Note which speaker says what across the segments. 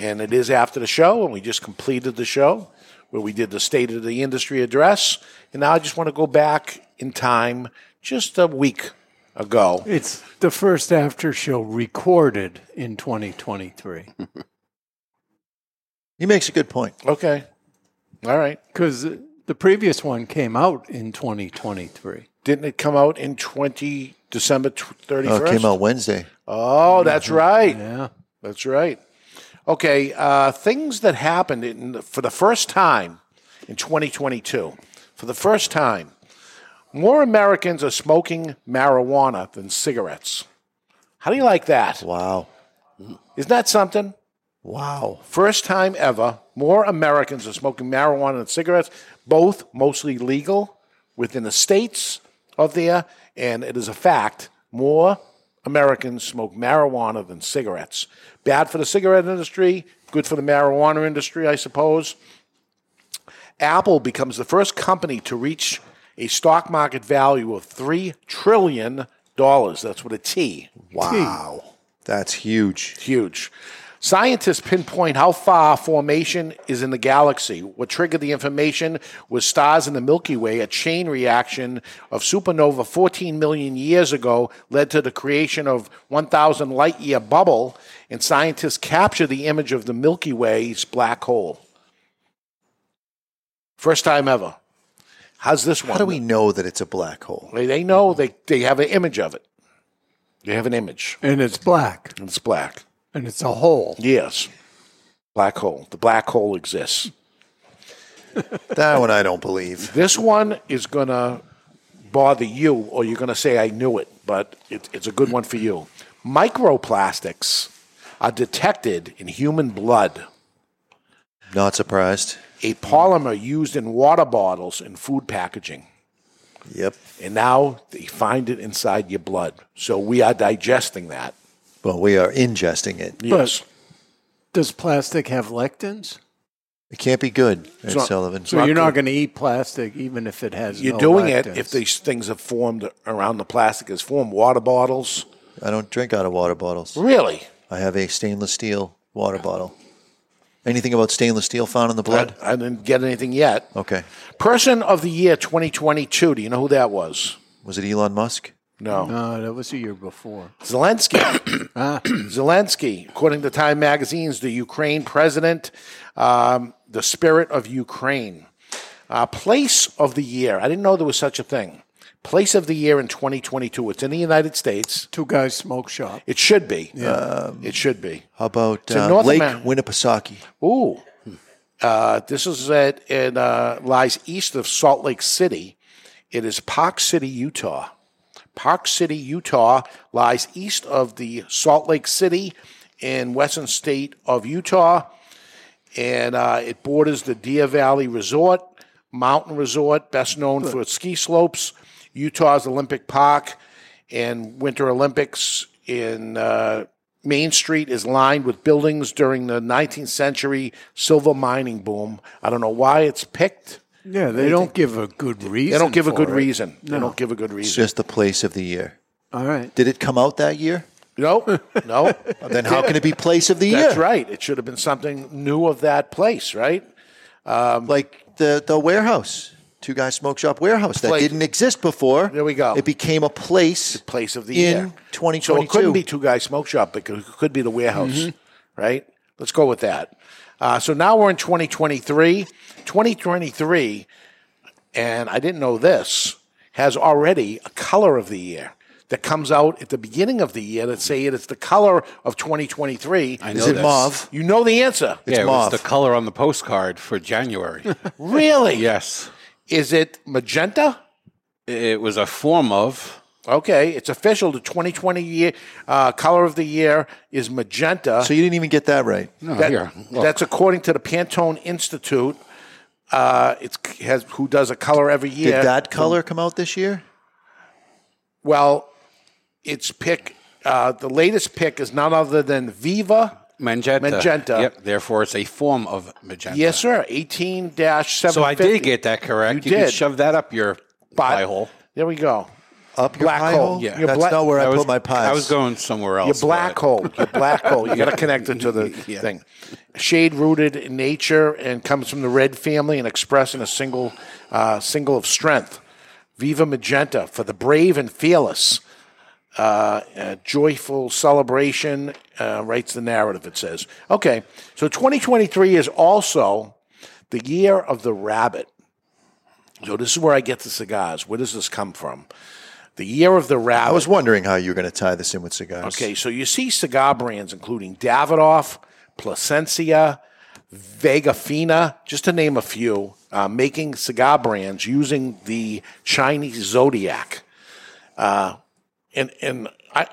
Speaker 1: And it is after the show, and we just completed the show where we did the state of the industry address. And now I just want to go back in time just a week ago.
Speaker 2: It's the first after show recorded in 2023
Speaker 3: He makes a good point.
Speaker 1: Okay. All right.
Speaker 2: because the previous one came out in 2023.
Speaker 1: Didn't it come out in 20 December tw- 31st?
Speaker 3: Wednesday.
Speaker 1: Oh, that's right.
Speaker 2: Yeah.
Speaker 1: That's right. Okay, uh, things that happened in, for the first time in 2022. For the first time, more Americans are smoking marijuana than cigarettes. How do you like that?
Speaker 3: Wow.
Speaker 1: Isn't that something?
Speaker 3: Wow.
Speaker 1: First time ever, more Americans are smoking marijuana than cigarettes, both mostly legal within the states of there. And it is a fact more Americans smoke marijuana than cigarettes. Bad for the cigarette industry, good for the marijuana industry, I suppose. Apple becomes the first company to reach a stock market value of $3 trillion. That's with a T.
Speaker 3: Wow. That's huge.
Speaker 1: Huge. Scientists pinpoint how far formation is in the galaxy. What triggered the information was stars in the Milky Way, a chain reaction of supernova 14 million years ago led to the creation of 1,000 light year bubble, and scientists capture the image of the Milky Way's black hole. First time ever. How's this one?
Speaker 3: How do we know that it's a black hole?
Speaker 1: They- They know they, they have an image of it. They have an image,
Speaker 2: And it's black
Speaker 1: and it's black.
Speaker 2: and it's a hole.
Speaker 1: Yes. Black hole. The black hole exists.
Speaker 3: That one I don't believe.
Speaker 1: This one is going to bother you, or you're going to say, I knew it, but it, it's a good one for you. Microplastics are detected in human blood.
Speaker 3: Not surprised.
Speaker 1: A polymer used in water bottles and food packaging.
Speaker 3: Yep.
Speaker 1: And now they find it inside your blood. So we are digesting that.
Speaker 3: Well, we are ingesting it.
Speaker 1: Yes.
Speaker 2: Does plastic have lectins?
Speaker 3: It can't be good, Ed
Speaker 1: not-
Speaker 3: Sullivan.
Speaker 2: So you're not going to eat plastic even if it has
Speaker 1: You're
Speaker 2: no
Speaker 1: doing
Speaker 2: lectins.
Speaker 1: it if these things are formed around the plastic, is formed water bottles.
Speaker 3: I don't drink out of water bottles.
Speaker 1: Really?
Speaker 3: I have a stainless steel water bottle. Anything about stainless steel found in the blood?
Speaker 1: I, I didn't get anything yet.
Speaker 3: Okay.
Speaker 1: Person of the year 2022. Do you know who that was?
Speaker 3: Was it Elon Musk?
Speaker 1: No.
Speaker 2: No, Uh, that was a year before.
Speaker 1: Zelensky. Zelensky, according to Time Magazine's the Ukraine president, um, the spirit of Ukraine. Uh, place of the year. I didn't know there was such a thing. Place of the year in 2022. It's in the United States.
Speaker 2: Two guys smoke shop.
Speaker 1: It should be. Um, it should be.
Speaker 3: How about
Speaker 1: in
Speaker 3: uh,
Speaker 1: North
Speaker 3: Lake
Speaker 1: America.
Speaker 3: Winnipesaukee?
Speaker 1: Ooh. Uh, this is at, it uh, lies east of Salt Lake City. It is Park City, Utah. Park City, Utah lies east of the Salt Lake City in western state of Utah. And uh, it borders the Deer Valley Resort, mountain resort, best known for its ski slopes, Utah's Olympic Park, and Winter Olympics in uh, Main Street is lined with buildings during the 19th century silver mining boom. I don't know why it's picked.
Speaker 2: Yeah, they don't give a good reason.
Speaker 1: They don't give a
Speaker 2: for
Speaker 1: good
Speaker 2: it.
Speaker 1: reason. They don't give a good
Speaker 3: It's
Speaker 1: reason.
Speaker 3: just the place of the year.
Speaker 2: All right.
Speaker 3: Did it come out that year?
Speaker 1: No, no.
Speaker 3: Then how can it be place of the year?
Speaker 1: That's right. It should have been something new of that place, right?
Speaker 3: Like the, the warehouse, Two Guys Smoke Shop Warehouse that
Speaker 1: Place.
Speaker 3: didn't exist before.
Speaker 1: There we go.
Speaker 3: It became a place
Speaker 1: place of the
Speaker 3: in
Speaker 1: year.
Speaker 3: 2022.
Speaker 1: So it couldn't be Two Guys Smoke Shop. It could, it could be the warehouse, right? Let's go with that. Uh, so now we're in 2023. 2023, and I didn't know this, has already a color of the year that comes out at the beginning of the year that say it is the color of 2023.
Speaker 4: I
Speaker 3: Is
Speaker 4: know
Speaker 3: it
Speaker 4: this.
Speaker 3: mauve?
Speaker 1: You know the answer.
Speaker 4: Yeah, it
Speaker 3: mauve.
Speaker 4: was the color on the postcard for January.
Speaker 1: Really?
Speaker 4: yes.
Speaker 1: Is it magenta?
Speaker 4: It was a form of
Speaker 1: Okay, it's official. The 2020 year uh, color of the year is magenta.
Speaker 3: So you didn't even get that right.
Speaker 4: no,
Speaker 1: That-
Speaker 4: here. Look.
Speaker 1: That's according to the Pantone Institute. Uh, it's has who does a color every year.
Speaker 3: Did that color come out this year?
Speaker 1: Well, it's pick. Uh, the latest pick is none other than Viva.
Speaker 4: magenta.
Speaker 1: Magenta.
Speaker 4: Yep. Therefore, it's a form of magenta.
Speaker 1: Yes, sir. Eighteen dash seven.
Speaker 4: So I did get that correct.
Speaker 1: You
Speaker 4: You, can
Speaker 1: did.
Speaker 4: shove that up your pie hole.
Speaker 1: There we go.
Speaker 3: Up your
Speaker 1: Black
Speaker 3: pie
Speaker 1: hole.
Speaker 3: hole?
Speaker 1: Yeah. Your
Speaker 3: That's
Speaker 1: black-
Speaker 3: not where I,
Speaker 4: I was-
Speaker 3: put my pies.
Speaker 4: I was going somewhere
Speaker 1: Your
Speaker 4: else.
Speaker 1: black
Speaker 4: but-
Speaker 1: hole. Your black hole. You got to connect it to the
Speaker 4: Yeah.
Speaker 1: thing. Shade rooted in nature and comes from the red family and expressed in a single uh, single of strength. Viva Magenta for the brave and fearless. Uh, a joyful celebration uh, writes the narrative, it says. Okay, so 2023 is also the year of the rabbit. So this is where I get the cigars. Where does this come from? The year of the rabbit.
Speaker 3: I was wondering how you were going to tie this in with cigars.
Speaker 1: Okay, so you see cigar brands including Davidoff, Placencia, Vegafina, just to name a few, uh, making cigar brands using the Chinese Zodiac. Uh, and and I,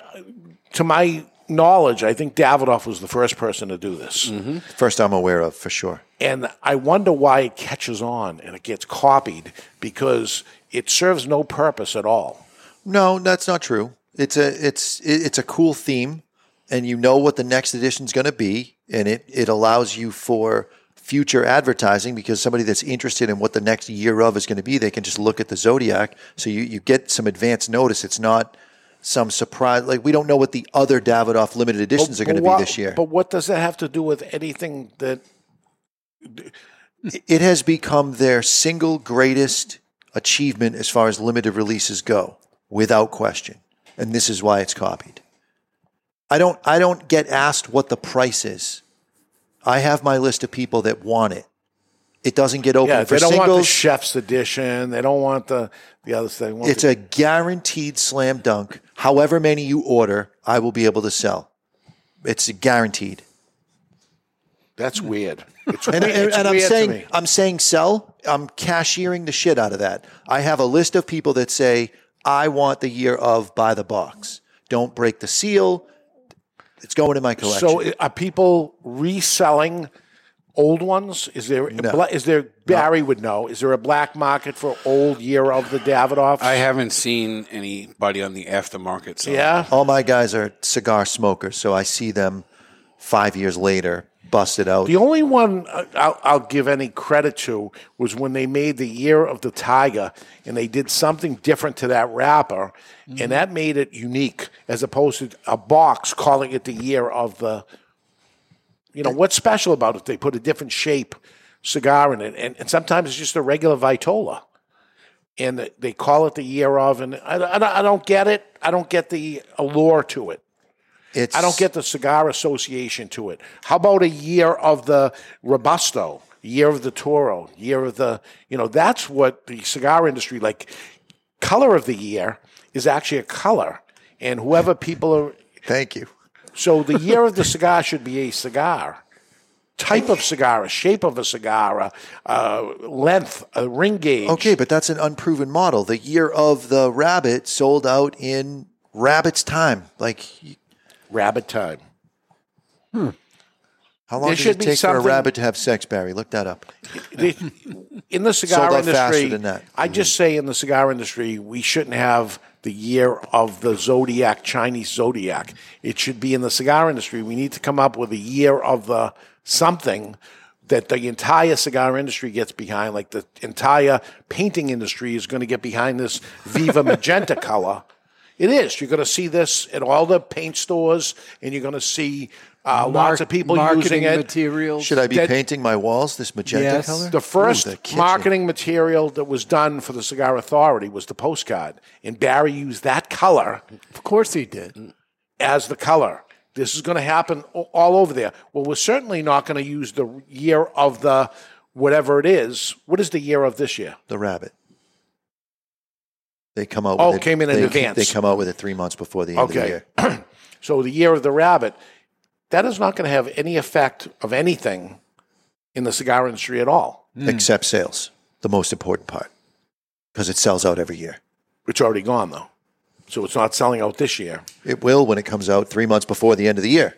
Speaker 1: to my knowledge, I think Davidoff was the first person to do this.
Speaker 3: Mm-hmm. First I'm aware of, for sure.
Speaker 1: And I wonder why it catches on and it gets copied because it serves no purpose at all.
Speaker 3: No, that's not true. It's a it's it- it's a cool theme, and you know what the next edition's going to be, and it it allows you for future advertising because somebody that's interested in what the next year of is going to be, they can just look at the zodiac. So you you get some advance notice. It's not some surprise. Like we don't know what the other Davidoff limited editions are going to
Speaker 1: But
Speaker 3: be
Speaker 1: wha-
Speaker 3: this year.
Speaker 1: But what does that have to do with anything that
Speaker 3: it has become their single greatest achievement as far as limited releases go, without question. And this is why it's copied. I don't I don't get asked what the price is. I have my list of people that want it. It doesn't get open
Speaker 1: Yeah,
Speaker 3: for
Speaker 1: they don't want the
Speaker 3: singles.
Speaker 1: chef's edition. They don't want the the other thing. They want
Speaker 3: it's
Speaker 1: the-
Speaker 3: a guaranteed slam dunk. However many you order, I will be able to sell. It's guaranteed.
Speaker 1: that's weird. It's
Speaker 3: And,
Speaker 1: weird.
Speaker 3: and,
Speaker 1: it's
Speaker 3: and I'm
Speaker 1: weird to
Speaker 3: saying,
Speaker 1: me.
Speaker 3: I'm saying sell. I'm cashiering the shit out of that. I have a list of people that say, I want the year of by the box. Don't break the seal. It's going in my collection.
Speaker 1: so uh, are people reselling old ones? Is there a bla- is there Barry would know? Is there a black market for old year of the Davidoff?
Speaker 4: I haven't seen anybody on the aftermarket. So
Speaker 1: yeah.
Speaker 3: All my guys are cigar smokers, so I see them five years later busted out.
Speaker 1: The only one uh, I'll, I'll give any credit to was when they made the year of the tiger, and they did something different to that wrapper, and that made it unique as opposed to a box calling it the year of the. You know what's special about it? They put a different shape cigar in it, and, and sometimes it's just a regular vitola, and they call it the year of, and I, I don't- I don't get it. I don't get the allure to it.
Speaker 3: It's,
Speaker 1: I don't get the cigar association to it. How about a year of the Robusto, year of the Toro, year of the, you know, that's what the cigar industry, like, color of the year is actually a color. And whoever people are,
Speaker 3: Thank you.
Speaker 1: so the year of the cigar should be a cigar. Type of cigar, a shape of a cigar, a, uh, length, a ring gauge.
Speaker 3: Okay, but that's an unproven model. The year of the rabbit sold out in rabbit's time. Like,
Speaker 1: Rabbit time.
Speaker 3: how long
Speaker 1: There
Speaker 3: does
Speaker 1: should
Speaker 3: it
Speaker 1: be
Speaker 3: take for a
Speaker 1: something-
Speaker 3: rabbit to have sex, Barry? Look that up.
Speaker 1: the- in the cigar
Speaker 3: Sold out
Speaker 1: industry,
Speaker 3: faster than that. Mm-hmm.
Speaker 1: I just say in the cigar industry, we shouldn't have the year of the zodiac, Chinese zodiac. It should be in the cigar industry. We need to come up with a year of the something that the entire cigar industry gets behind, like the entire painting industry is going to get behind this Viva Magenta color. It is. You're going to see this at all the paint stores, and you're going to see uh, lots of people
Speaker 2: marketing
Speaker 1: using it.
Speaker 2: materials.
Speaker 3: Should I be
Speaker 1: That-
Speaker 3: painting my walls this magenta
Speaker 2: Yes.
Speaker 3: color?
Speaker 1: The first
Speaker 3: Ooh, the kitchen.
Speaker 1: marketing material that was done for the Cigar Authority was the postcard, and Barry used that color
Speaker 2: Of course he did.
Speaker 1: as the color. This is going to happen o- all over there. Well, we're certainly not going to use the year of the whatever it is. What is the year of this year?
Speaker 3: The rabbit. They come out.
Speaker 1: Oh,
Speaker 3: with it,
Speaker 1: came in in
Speaker 3: they,
Speaker 1: advance.
Speaker 3: They come out with it three months before the end of the
Speaker 1: Okay.
Speaker 3: year.
Speaker 1: so the year of the rabbit, that is not going to have any effect of anything in the cigar industry at all.
Speaker 3: except sales, the most important part, because it sells out every year.
Speaker 1: It's already gone though. So it's not selling out this year.
Speaker 3: It will when it comes out three months before the end of the year.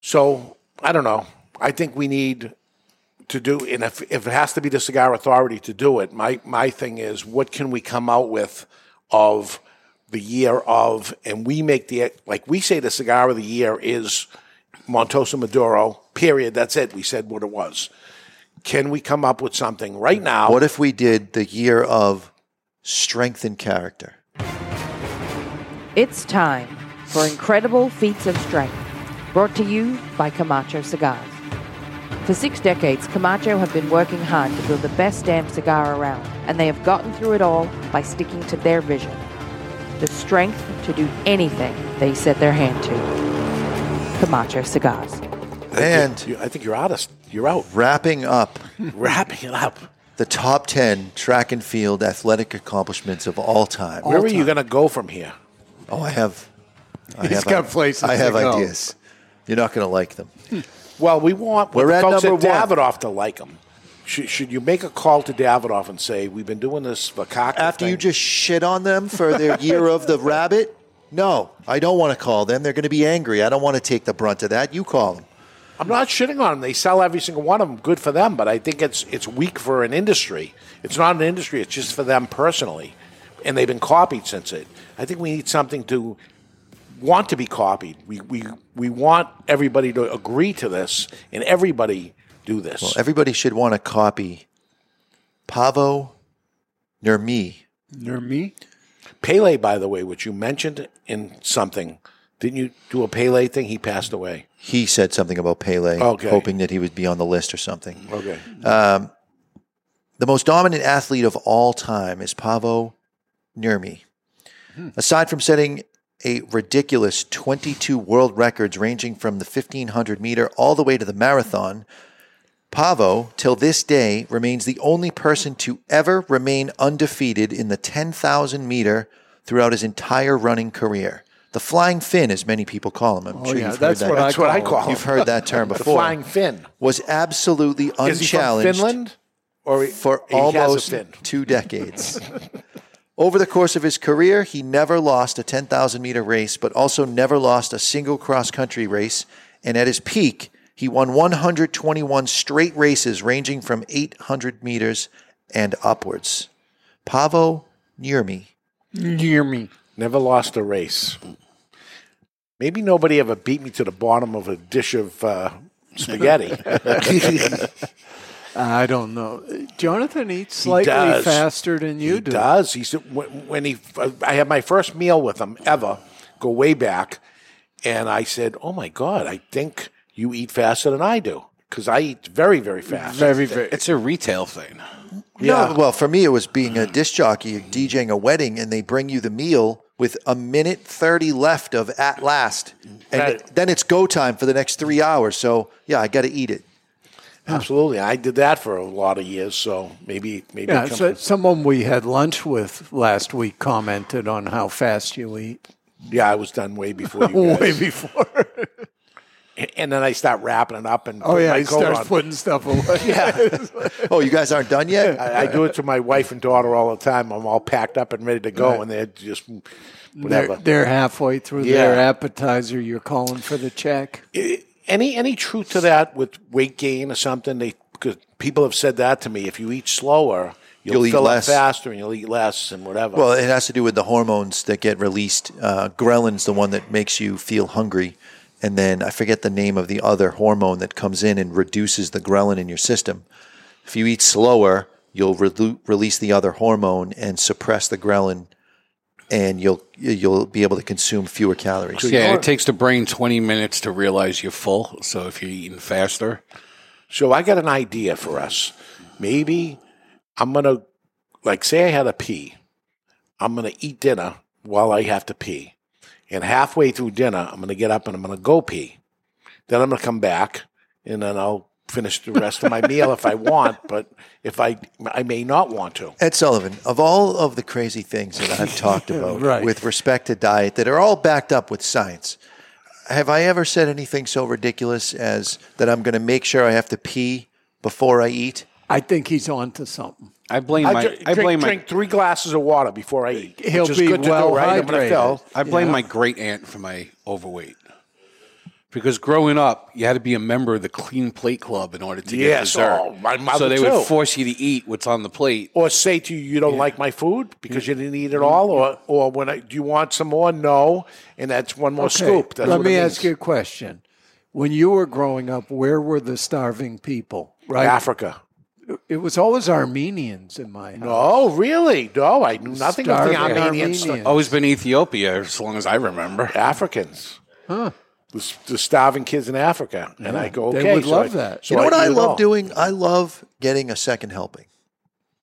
Speaker 1: So I don't know. I think we need to do, and if, if it has to be the cigar authority to do it, my my thing is, what can we come out with of the year of, and we make the like we say the cigar of the year is Montosa Maduro. Period. That's it. We said what it was. Can we come up with something right now?
Speaker 3: What if we did the year of strength and character?
Speaker 5: It's time for incredible feats of strength, brought to you by Camacho Cigars. For six decades, Camacho have been working hard to build the best damn cigar around, and they have gotten through it all by sticking to their vision the strength to do anything they set their hand to. Camacho Cigars.
Speaker 3: And
Speaker 1: You- I think you're out. Of, you're out.
Speaker 3: wrapping up
Speaker 1: Wrapping it up.
Speaker 3: the top 10 track and field athletic accomplishments of all time.
Speaker 1: Where are you going to go from here?
Speaker 3: Oh, I have. I
Speaker 2: He's
Speaker 3: have
Speaker 2: got
Speaker 3: i-
Speaker 2: places
Speaker 3: I
Speaker 2: to
Speaker 3: have
Speaker 2: go.
Speaker 3: ideas. You're not going to like them.
Speaker 1: Well, we want
Speaker 3: We're
Speaker 1: the
Speaker 3: at
Speaker 1: folks
Speaker 3: number
Speaker 1: at
Speaker 3: one.
Speaker 1: Davidoff to like him. Should, should you make a call to Davidoff and say we've been doing this for cock
Speaker 3: After you just shit on them for their year of the rabbit, no, I don't want to call them. They're going to be angry. I don't want to take the brunt of that. You call them.
Speaker 1: I'm not shitting on them. They sell every single one of them. Good for them, but I think it's it's weak for an industry. It's not an industry. It's just for them personally, and they've been copied since it. I think we need something to want to be copied. We we we want everybody to agree to this, and everybody do this.
Speaker 3: Everybody should want to copy Pavo Nurmi.
Speaker 2: Near me?
Speaker 1: Pele, by the way, which you mentioned in something, didn't you do a Pele thing? He passed away.
Speaker 3: He said something about Pele,
Speaker 1: Okay.
Speaker 3: hoping that he would be on the list or something.
Speaker 1: Okay.
Speaker 3: The most dominant athlete of all time is Pavo Nurmi.
Speaker 1: Hmm.
Speaker 3: Aside from setting a ridiculous 22 world records ranging from the 1500 meter all the way to the marathon, Pavo, till this day, remains the only person to ever remain undefeated in the 10,000 meter throughout his entire running career. The flying Finn, as many people call him. I'm sure
Speaker 2: yeah,
Speaker 3: you've
Speaker 2: that's
Speaker 3: heard
Speaker 2: what
Speaker 3: that.
Speaker 2: I
Speaker 1: Oh, That's what I call him.
Speaker 3: You've heard that term
Speaker 1: the
Speaker 3: before.
Speaker 1: flying fin.
Speaker 3: was absolutely
Speaker 1: Is he from
Speaker 3: unchallenged
Speaker 1: Finland? Or he-
Speaker 3: for
Speaker 1: he
Speaker 3: almost
Speaker 1: has a fin.
Speaker 3: two decades. Over the course of his career, he never lost a 10,000 meter race, but also never lost a single cross country race. And at his peak, he won 121 straight races ranging from 800 meters and upwards. Pavo Nurmi.
Speaker 2: Near me.
Speaker 1: Never lost a race. Maybe nobody ever beat me to the bottom of a dish of uh, spaghetti.
Speaker 2: I don't know. Jonathan eats slightly
Speaker 1: does.
Speaker 2: faster than you
Speaker 1: he
Speaker 2: do.
Speaker 1: does. He's when when he. uh, I had my first meal with him ever. Go way back, and I said, "Oh my God, I think you eat faster than I do because I eat very, very fast."
Speaker 2: Very, very.
Speaker 4: It's a retail thing.
Speaker 3: No, well, for me, it was being a disc jockey, DJing a wedding, and they bring you the meal with a minute 30 left of at last. And
Speaker 1: Right.
Speaker 3: then it's go time for the next three hours. So, yeah, I got to eat it.
Speaker 1: Absolutely, I did that for a lot of years. So maybe, maybe. it
Speaker 2: Yeah,
Speaker 1: comes
Speaker 2: so
Speaker 1: from-
Speaker 2: someone we had lunch with last week commented on how fast you eat.
Speaker 1: yeah, I was done way before you guys.
Speaker 2: Way before.
Speaker 1: and then I start wrapping it up and
Speaker 2: Oh
Speaker 1: put
Speaker 2: yeah,
Speaker 1: my
Speaker 2: he
Speaker 1: coat
Speaker 2: starts
Speaker 1: on.
Speaker 2: putting stuff away.
Speaker 3: Oh, you guys aren't done yet?
Speaker 1: I, I do it to my wife and daughter all the time. I'm all packed up and ready to go, and they're just
Speaker 2: They're,
Speaker 1: whatever.
Speaker 2: they're halfway through their
Speaker 1: Yeah.
Speaker 2: appetizer. You're calling for the check.
Speaker 1: any any truth to that with weight gain or something? They because people have said that to me. If you eat slower, you'll,
Speaker 3: You'll eat
Speaker 1: fill
Speaker 3: less.
Speaker 1: up faster and you'll eat less and whatever.
Speaker 3: Well, it has to do with the hormones that get released. Uh, ghrelin's the one that makes you feel hungry. And then I forget the name of the other hormone that comes in and reduces the ghrelin in your system. If you eat slower, you'll relu release the other hormone and suppress the ghrelin and you'll you'll be able to consume fewer calories.
Speaker 4: Yeah, it takes the brain 20 minutes to realize you're full. So if you're eating faster,
Speaker 1: So I got an idea for us. Maybe I'm gonna like say I had a pee. I'm gonna eat dinner while I have to pee. And halfway through dinner, I'm gonna get up and I'm gonna go pee. Then I'm gonna come back and then I'll finish the rest of my meal if I want, but if I I may not want to.
Speaker 3: Ed Sullivan, of all of the crazy things that I've talked about
Speaker 2: right.
Speaker 3: with respect to diet that are all backed up with science, have I ever said anything so ridiculous as that I'm going to make sure I have to pee before I eat?
Speaker 2: I think he's on to something.
Speaker 4: I blame
Speaker 1: I,
Speaker 4: my
Speaker 1: dr-
Speaker 4: I
Speaker 1: drink,
Speaker 4: blame
Speaker 1: drink three glasses of water before I eat.
Speaker 2: He'll
Speaker 1: which is
Speaker 2: be
Speaker 1: good to
Speaker 2: well
Speaker 1: do, right? I'm gonna
Speaker 2: hydrated.
Speaker 1: fill.
Speaker 4: my I blame my great aunt for my overweight. Because growing up, you had to be a member of the Clean Plate Club in order to get
Speaker 1: Yes,
Speaker 4: dessert.
Speaker 1: oh, my mother
Speaker 4: so they
Speaker 1: too.
Speaker 4: would force you to eat what's on the plate.
Speaker 1: or say to you, "You don't like my food because you didn't
Speaker 2: Mm-hmm.
Speaker 1: eat it all," or or when I, do you want some more? No, and that's one more
Speaker 2: Okay,
Speaker 1: Oh, scoop. That's
Speaker 2: Let
Speaker 1: what it
Speaker 2: me
Speaker 1: means.
Speaker 2: ask you a question. When you were growing up, where were the starving people? Right?
Speaker 1: Africa.
Speaker 2: It was always Armenians in my house.
Speaker 1: Oh, really? No, I knew nothing
Speaker 2: Starving
Speaker 1: of the Oh, Armenian
Speaker 2: Armenians.
Speaker 1: stuff.
Speaker 4: Always been Ethiopia as long as I remember.
Speaker 1: Africans. The, s- the starving kids in Africa, and I go,
Speaker 2: They
Speaker 1: okay,
Speaker 2: would
Speaker 1: so
Speaker 2: love
Speaker 1: I-
Speaker 2: that.
Speaker 1: so
Speaker 3: You know what
Speaker 1: eat
Speaker 3: I
Speaker 1: it all.
Speaker 3: love doing? I love getting a second helping.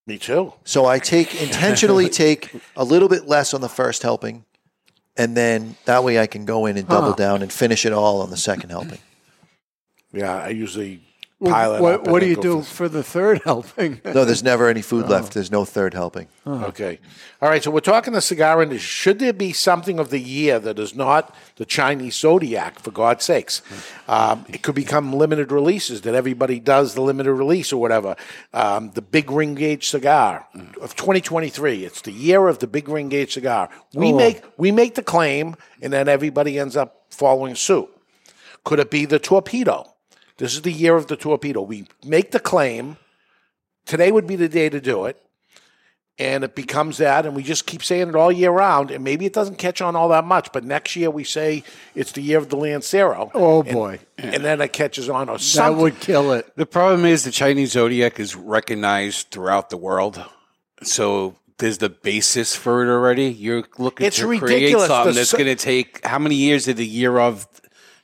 Speaker 1: Me too.
Speaker 3: So I take intentionally take a little bit less on the first helping, and then that way I can go in and double down and finish it all on the second helping.
Speaker 1: Yeah, I usually
Speaker 2: Well,
Speaker 1: pile it up
Speaker 2: what
Speaker 1: and
Speaker 2: what do
Speaker 1: then
Speaker 2: you
Speaker 1: go
Speaker 2: do
Speaker 1: for-
Speaker 2: for the third helping?
Speaker 3: No, there's never any food left. There's no third helping.
Speaker 1: Okay. All right. So we're talking the cigar industry. Should there be something of the year that is not the Chinese zodiac, for God's sakes? Um, it could become limited releases that everybody does the limited release or whatever. Um, the big ring gauge cigar of 2023. It's the year of the big ring gauge cigar. We make we make the claim, and then everybody ends up following suit. Could it be the torpedo? This is the year of the torpedo. We make the claim. Today would be the day to do it and it becomes that, and we just keep saying it all year round, and maybe it doesn't catch on all that much, but next year we say it's the year of the Lancero.
Speaker 2: Oh,
Speaker 1: and-
Speaker 2: boy.
Speaker 1: And then it catches on or
Speaker 2: that
Speaker 1: something.
Speaker 2: would kill it.
Speaker 4: The problem is the Chinese zodiac is recognized throughout the world, so there's the basis for it already. You're looking
Speaker 1: It's
Speaker 4: to
Speaker 1: ridiculous.
Speaker 4: create something
Speaker 1: The
Speaker 4: that's
Speaker 1: so-
Speaker 4: going to take how many years of the year of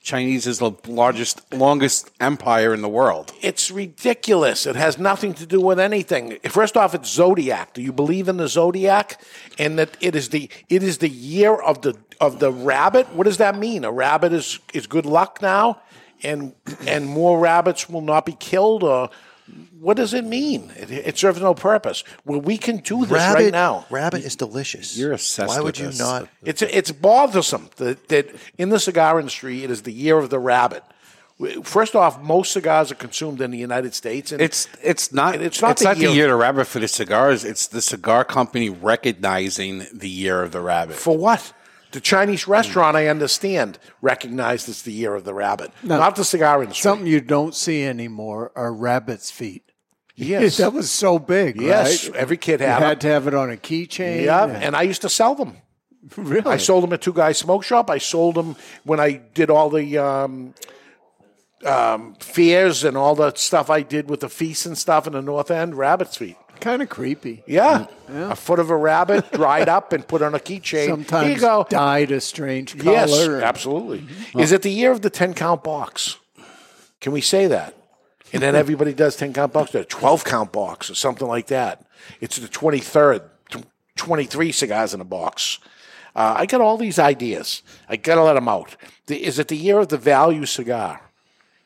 Speaker 4: Chinese is the largest, longest empire in the world.
Speaker 1: it's ridiculous. It has nothing to do with anything. First off, it's zodiac. Do you believe in the zodiac? And that it is the it is the year of the of the rabbit. What does that mean? A rabbit is is good luck now, and and more rabbits will not be killed. Or what does it mean? It, it serves no purpose. Well, we can do this
Speaker 3: rabbit
Speaker 1: right now.
Speaker 3: Rabbit is delicious.
Speaker 4: You're obsessed
Speaker 3: Why would
Speaker 4: with
Speaker 3: you
Speaker 4: this.
Speaker 3: not?
Speaker 1: It's it's bothersome that, that in the cigar industry it is the year of the rabbit. First off, most cigars are consumed in the United States, and
Speaker 4: It's it's not
Speaker 1: And
Speaker 4: it's not, the, year. to rabbit for the cigars. It's the cigar company recognizing the year of the rabbit.
Speaker 1: For what? The Chinese restaurant, I understand, recognized as the year of the rabbit, not the cigar industry.
Speaker 2: Something you don't see anymore are rabbit's feet.
Speaker 1: yes,
Speaker 2: that was so big.
Speaker 1: yes,
Speaker 2: right?
Speaker 1: every kid
Speaker 2: you
Speaker 1: had,
Speaker 2: had
Speaker 1: them.
Speaker 2: to have it on a keychain.
Speaker 1: yeah, and I used to sell them.
Speaker 2: really,
Speaker 1: I sold them at Two Guys Smoke Shop. I sold them when I did all the um, um, fairs and all the stuff I did with the feasts and stuff in the North End. Rabbit's feet.
Speaker 2: kind of creepy.
Speaker 1: Yeah.
Speaker 3: Mm,
Speaker 1: A foot of a rabbit dried up and put on a keychain.
Speaker 2: Sometimes
Speaker 1: Here you go.
Speaker 2: dyed a strange color.
Speaker 1: Yes, absolutely. Is it the year of the 10 count box? Can we say that? And then everybody does 10 count box, or 12 count box, or something like that. It's the 23rd, tw- 23 cigars in a box. Uh, I got all these ideas. I got to let them out. The, is it the year of the value cigar?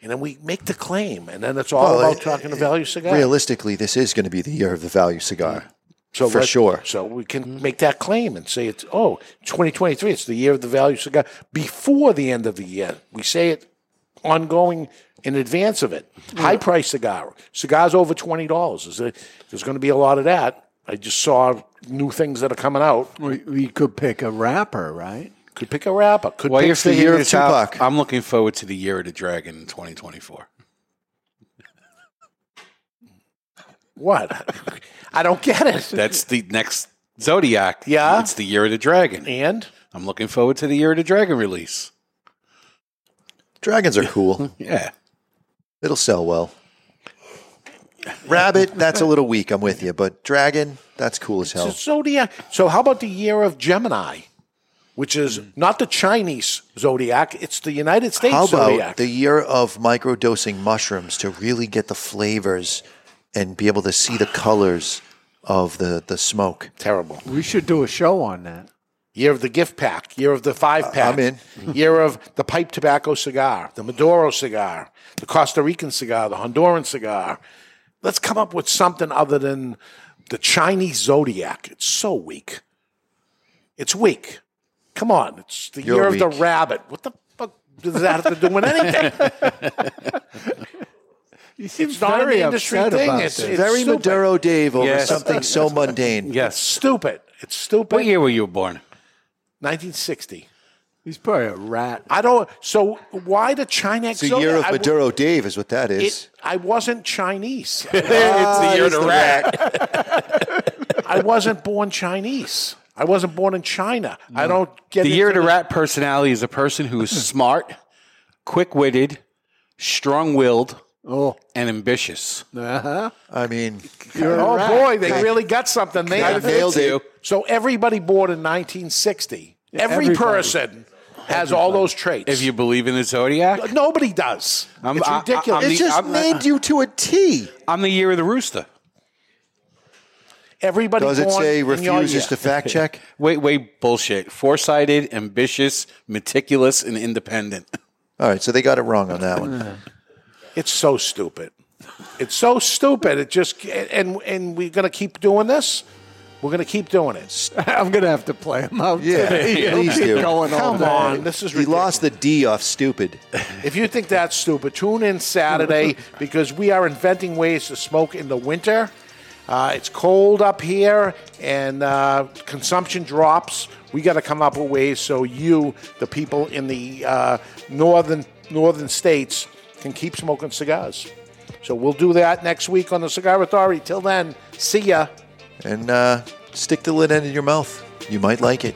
Speaker 1: And then we make the claim, and then it's all
Speaker 3: Well,
Speaker 1: about
Speaker 3: it-
Speaker 1: talking the value cigar.
Speaker 3: Realistically, this is going to be the year of the value cigar.
Speaker 1: So
Speaker 3: for
Speaker 1: let-
Speaker 3: sure.
Speaker 1: So we can make that claim and say it's oh 2023. It's the year of the value cigar. Before the end of the year, we say it ongoing in advance of it.
Speaker 3: Mm-hmm.
Speaker 1: High price cigar, cigars over twenty dollars. Is there- There's going to be a lot of that. I just saw new things that are coming out.
Speaker 2: We, we could pick a rapper, right?
Speaker 1: Could pick a wrapper. Could
Speaker 4: Well,
Speaker 1: pick
Speaker 4: you're
Speaker 3: the year
Speaker 4: figuring
Speaker 3: of
Speaker 4: this out,
Speaker 3: Tupac.
Speaker 4: I'm looking forward to the year of the dragon in 2024.
Speaker 1: what? I don't get it.
Speaker 4: That's the next zodiac.
Speaker 1: Yeah?
Speaker 4: it's the year of the dragon.
Speaker 1: And
Speaker 4: I'm looking forward to the year of the dragon release.
Speaker 3: Dragons are cool.
Speaker 4: Yeah.
Speaker 3: It'll sell well. Rabbit, that's a little weak. I'm with you, but dragon, That's cool as hell.
Speaker 1: It's a zodiac. So how about the year of Gemini, which is not the Chinese zodiac; it's the United States
Speaker 3: Mm. How about
Speaker 1: zodiac.
Speaker 3: the year of microdosing mushrooms to really get the flavors and be able to see the colors of the, the smoke?
Speaker 1: Terrible.
Speaker 2: We should do a show on that.
Speaker 1: Year of the gift pack. Year of the five pack.
Speaker 3: I'm in.
Speaker 1: Year of the pipe tobacco cigar, the Maduro cigar, the Costa Rican cigar, the Honduran cigar. Let's come up with something other than the Chinese zodiac. It's so weak. It's weak. Come on. It's the
Speaker 3: You're
Speaker 1: year of
Speaker 3: weak.
Speaker 1: the rabbit. What the fuck does that have to do with anything?
Speaker 2: You seem
Speaker 1: not an
Speaker 2: very
Speaker 1: industry
Speaker 2: upset
Speaker 1: thing.
Speaker 2: about
Speaker 1: It's-
Speaker 2: this.
Speaker 1: it's-
Speaker 3: Very
Speaker 1: stupid.
Speaker 3: Maduro Dave over
Speaker 4: Yes.
Speaker 3: something so mundane.
Speaker 1: It's stupid. It's stupid.
Speaker 4: What year were you born?
Speaker 1: 1960.
Speaker 2: He's probably a rat.
Speaker 1: I don't. So why the Chinese?
Speaker 3: It's the year of
Speaker 1: I, w-
Speaker 3: Maduro Dave is what that is.
Speaker 1: it, I wasn't Chinese.
Speaker 4: Ah, it's the year of the rat.
Speaker 1: I wasn't born Chinese. I wasn't born in China. I don't get
Speaker 4: Mm. The year of
Speaker 1: into
Speaker 4: the rat personality is a person who is smart, quick witted, strong willed,
Speaker 2: Oh,
Speaker 4: and ambitious.
Speaker 2: uh-huh.
Speaker 3: I mean,
Speaker 2: You're a
Speaker 1: Oh
Speaker 2: rat.
Speaker 1: boy, they really got something
Speaker 3: I
Speaker 1: there.
Speaker 3: nailed it.
Speaker 1: So everybody born in 1960. Every
Speaker 2: everybody.
Speaker 1: person has all those traits.
Speaker 4: If you believe in the zodiac,
Speaker 1: nobody does.
Speaker 4: I'm-
Speaker 1: it's
Speaker 4: I- I-
Speaker 1: ridiculous.
Speaker 4: I'm
Speaker 3: It
Speaker 4: the-
Speaker 3: just
Speaker 4: I'm-
Speaker 3: named you to a T.
Speaker 4: I'm the year of the rooster.
Speaker 1: everybody
Speaker 3: Does it
Speaker 1: born
Speaker 3: say
Speaker 1: in your year.
Speaker 3: refuses to fact check?
Speaker 4: Wait, wait, bullshit. Foresighted, ambitious, meticulous, and independent.
Speaker 3: All right, so they got it wrong on that one.
Speaker 1: It's so stupid. It's so stupid. It just and and we're gonna keep doing this. We're gonna keep doing it.
Speaker 2: I'm going to have to play him out.
Speaker 3: Yeah,
Speaker 2: today. He'll
Speaker 3: please
Speaker 2: keep
Speaker 3: do.
Speaker 2: Going all
Speaker 1: Come
Speaker 2: day.
Speaker 1: on, this is
Speaker 3: He
Speaker 1: ridiculous.
Speaker 3: lost the D off stupid.
Speaker 1: If you think that's stupid, tune in Saturday because we are inventing ways to smoke in the winter. Uh, it's cold up here and uh, consumption drops. We got to come up with ways so you, the people in the uh, northern northern states, can keep smoking cigars. So we'll do that next week on the Cigar Authority. Till then, see ya.
Speaker 3: And uh, stick the lid end in your mouth. You might like it.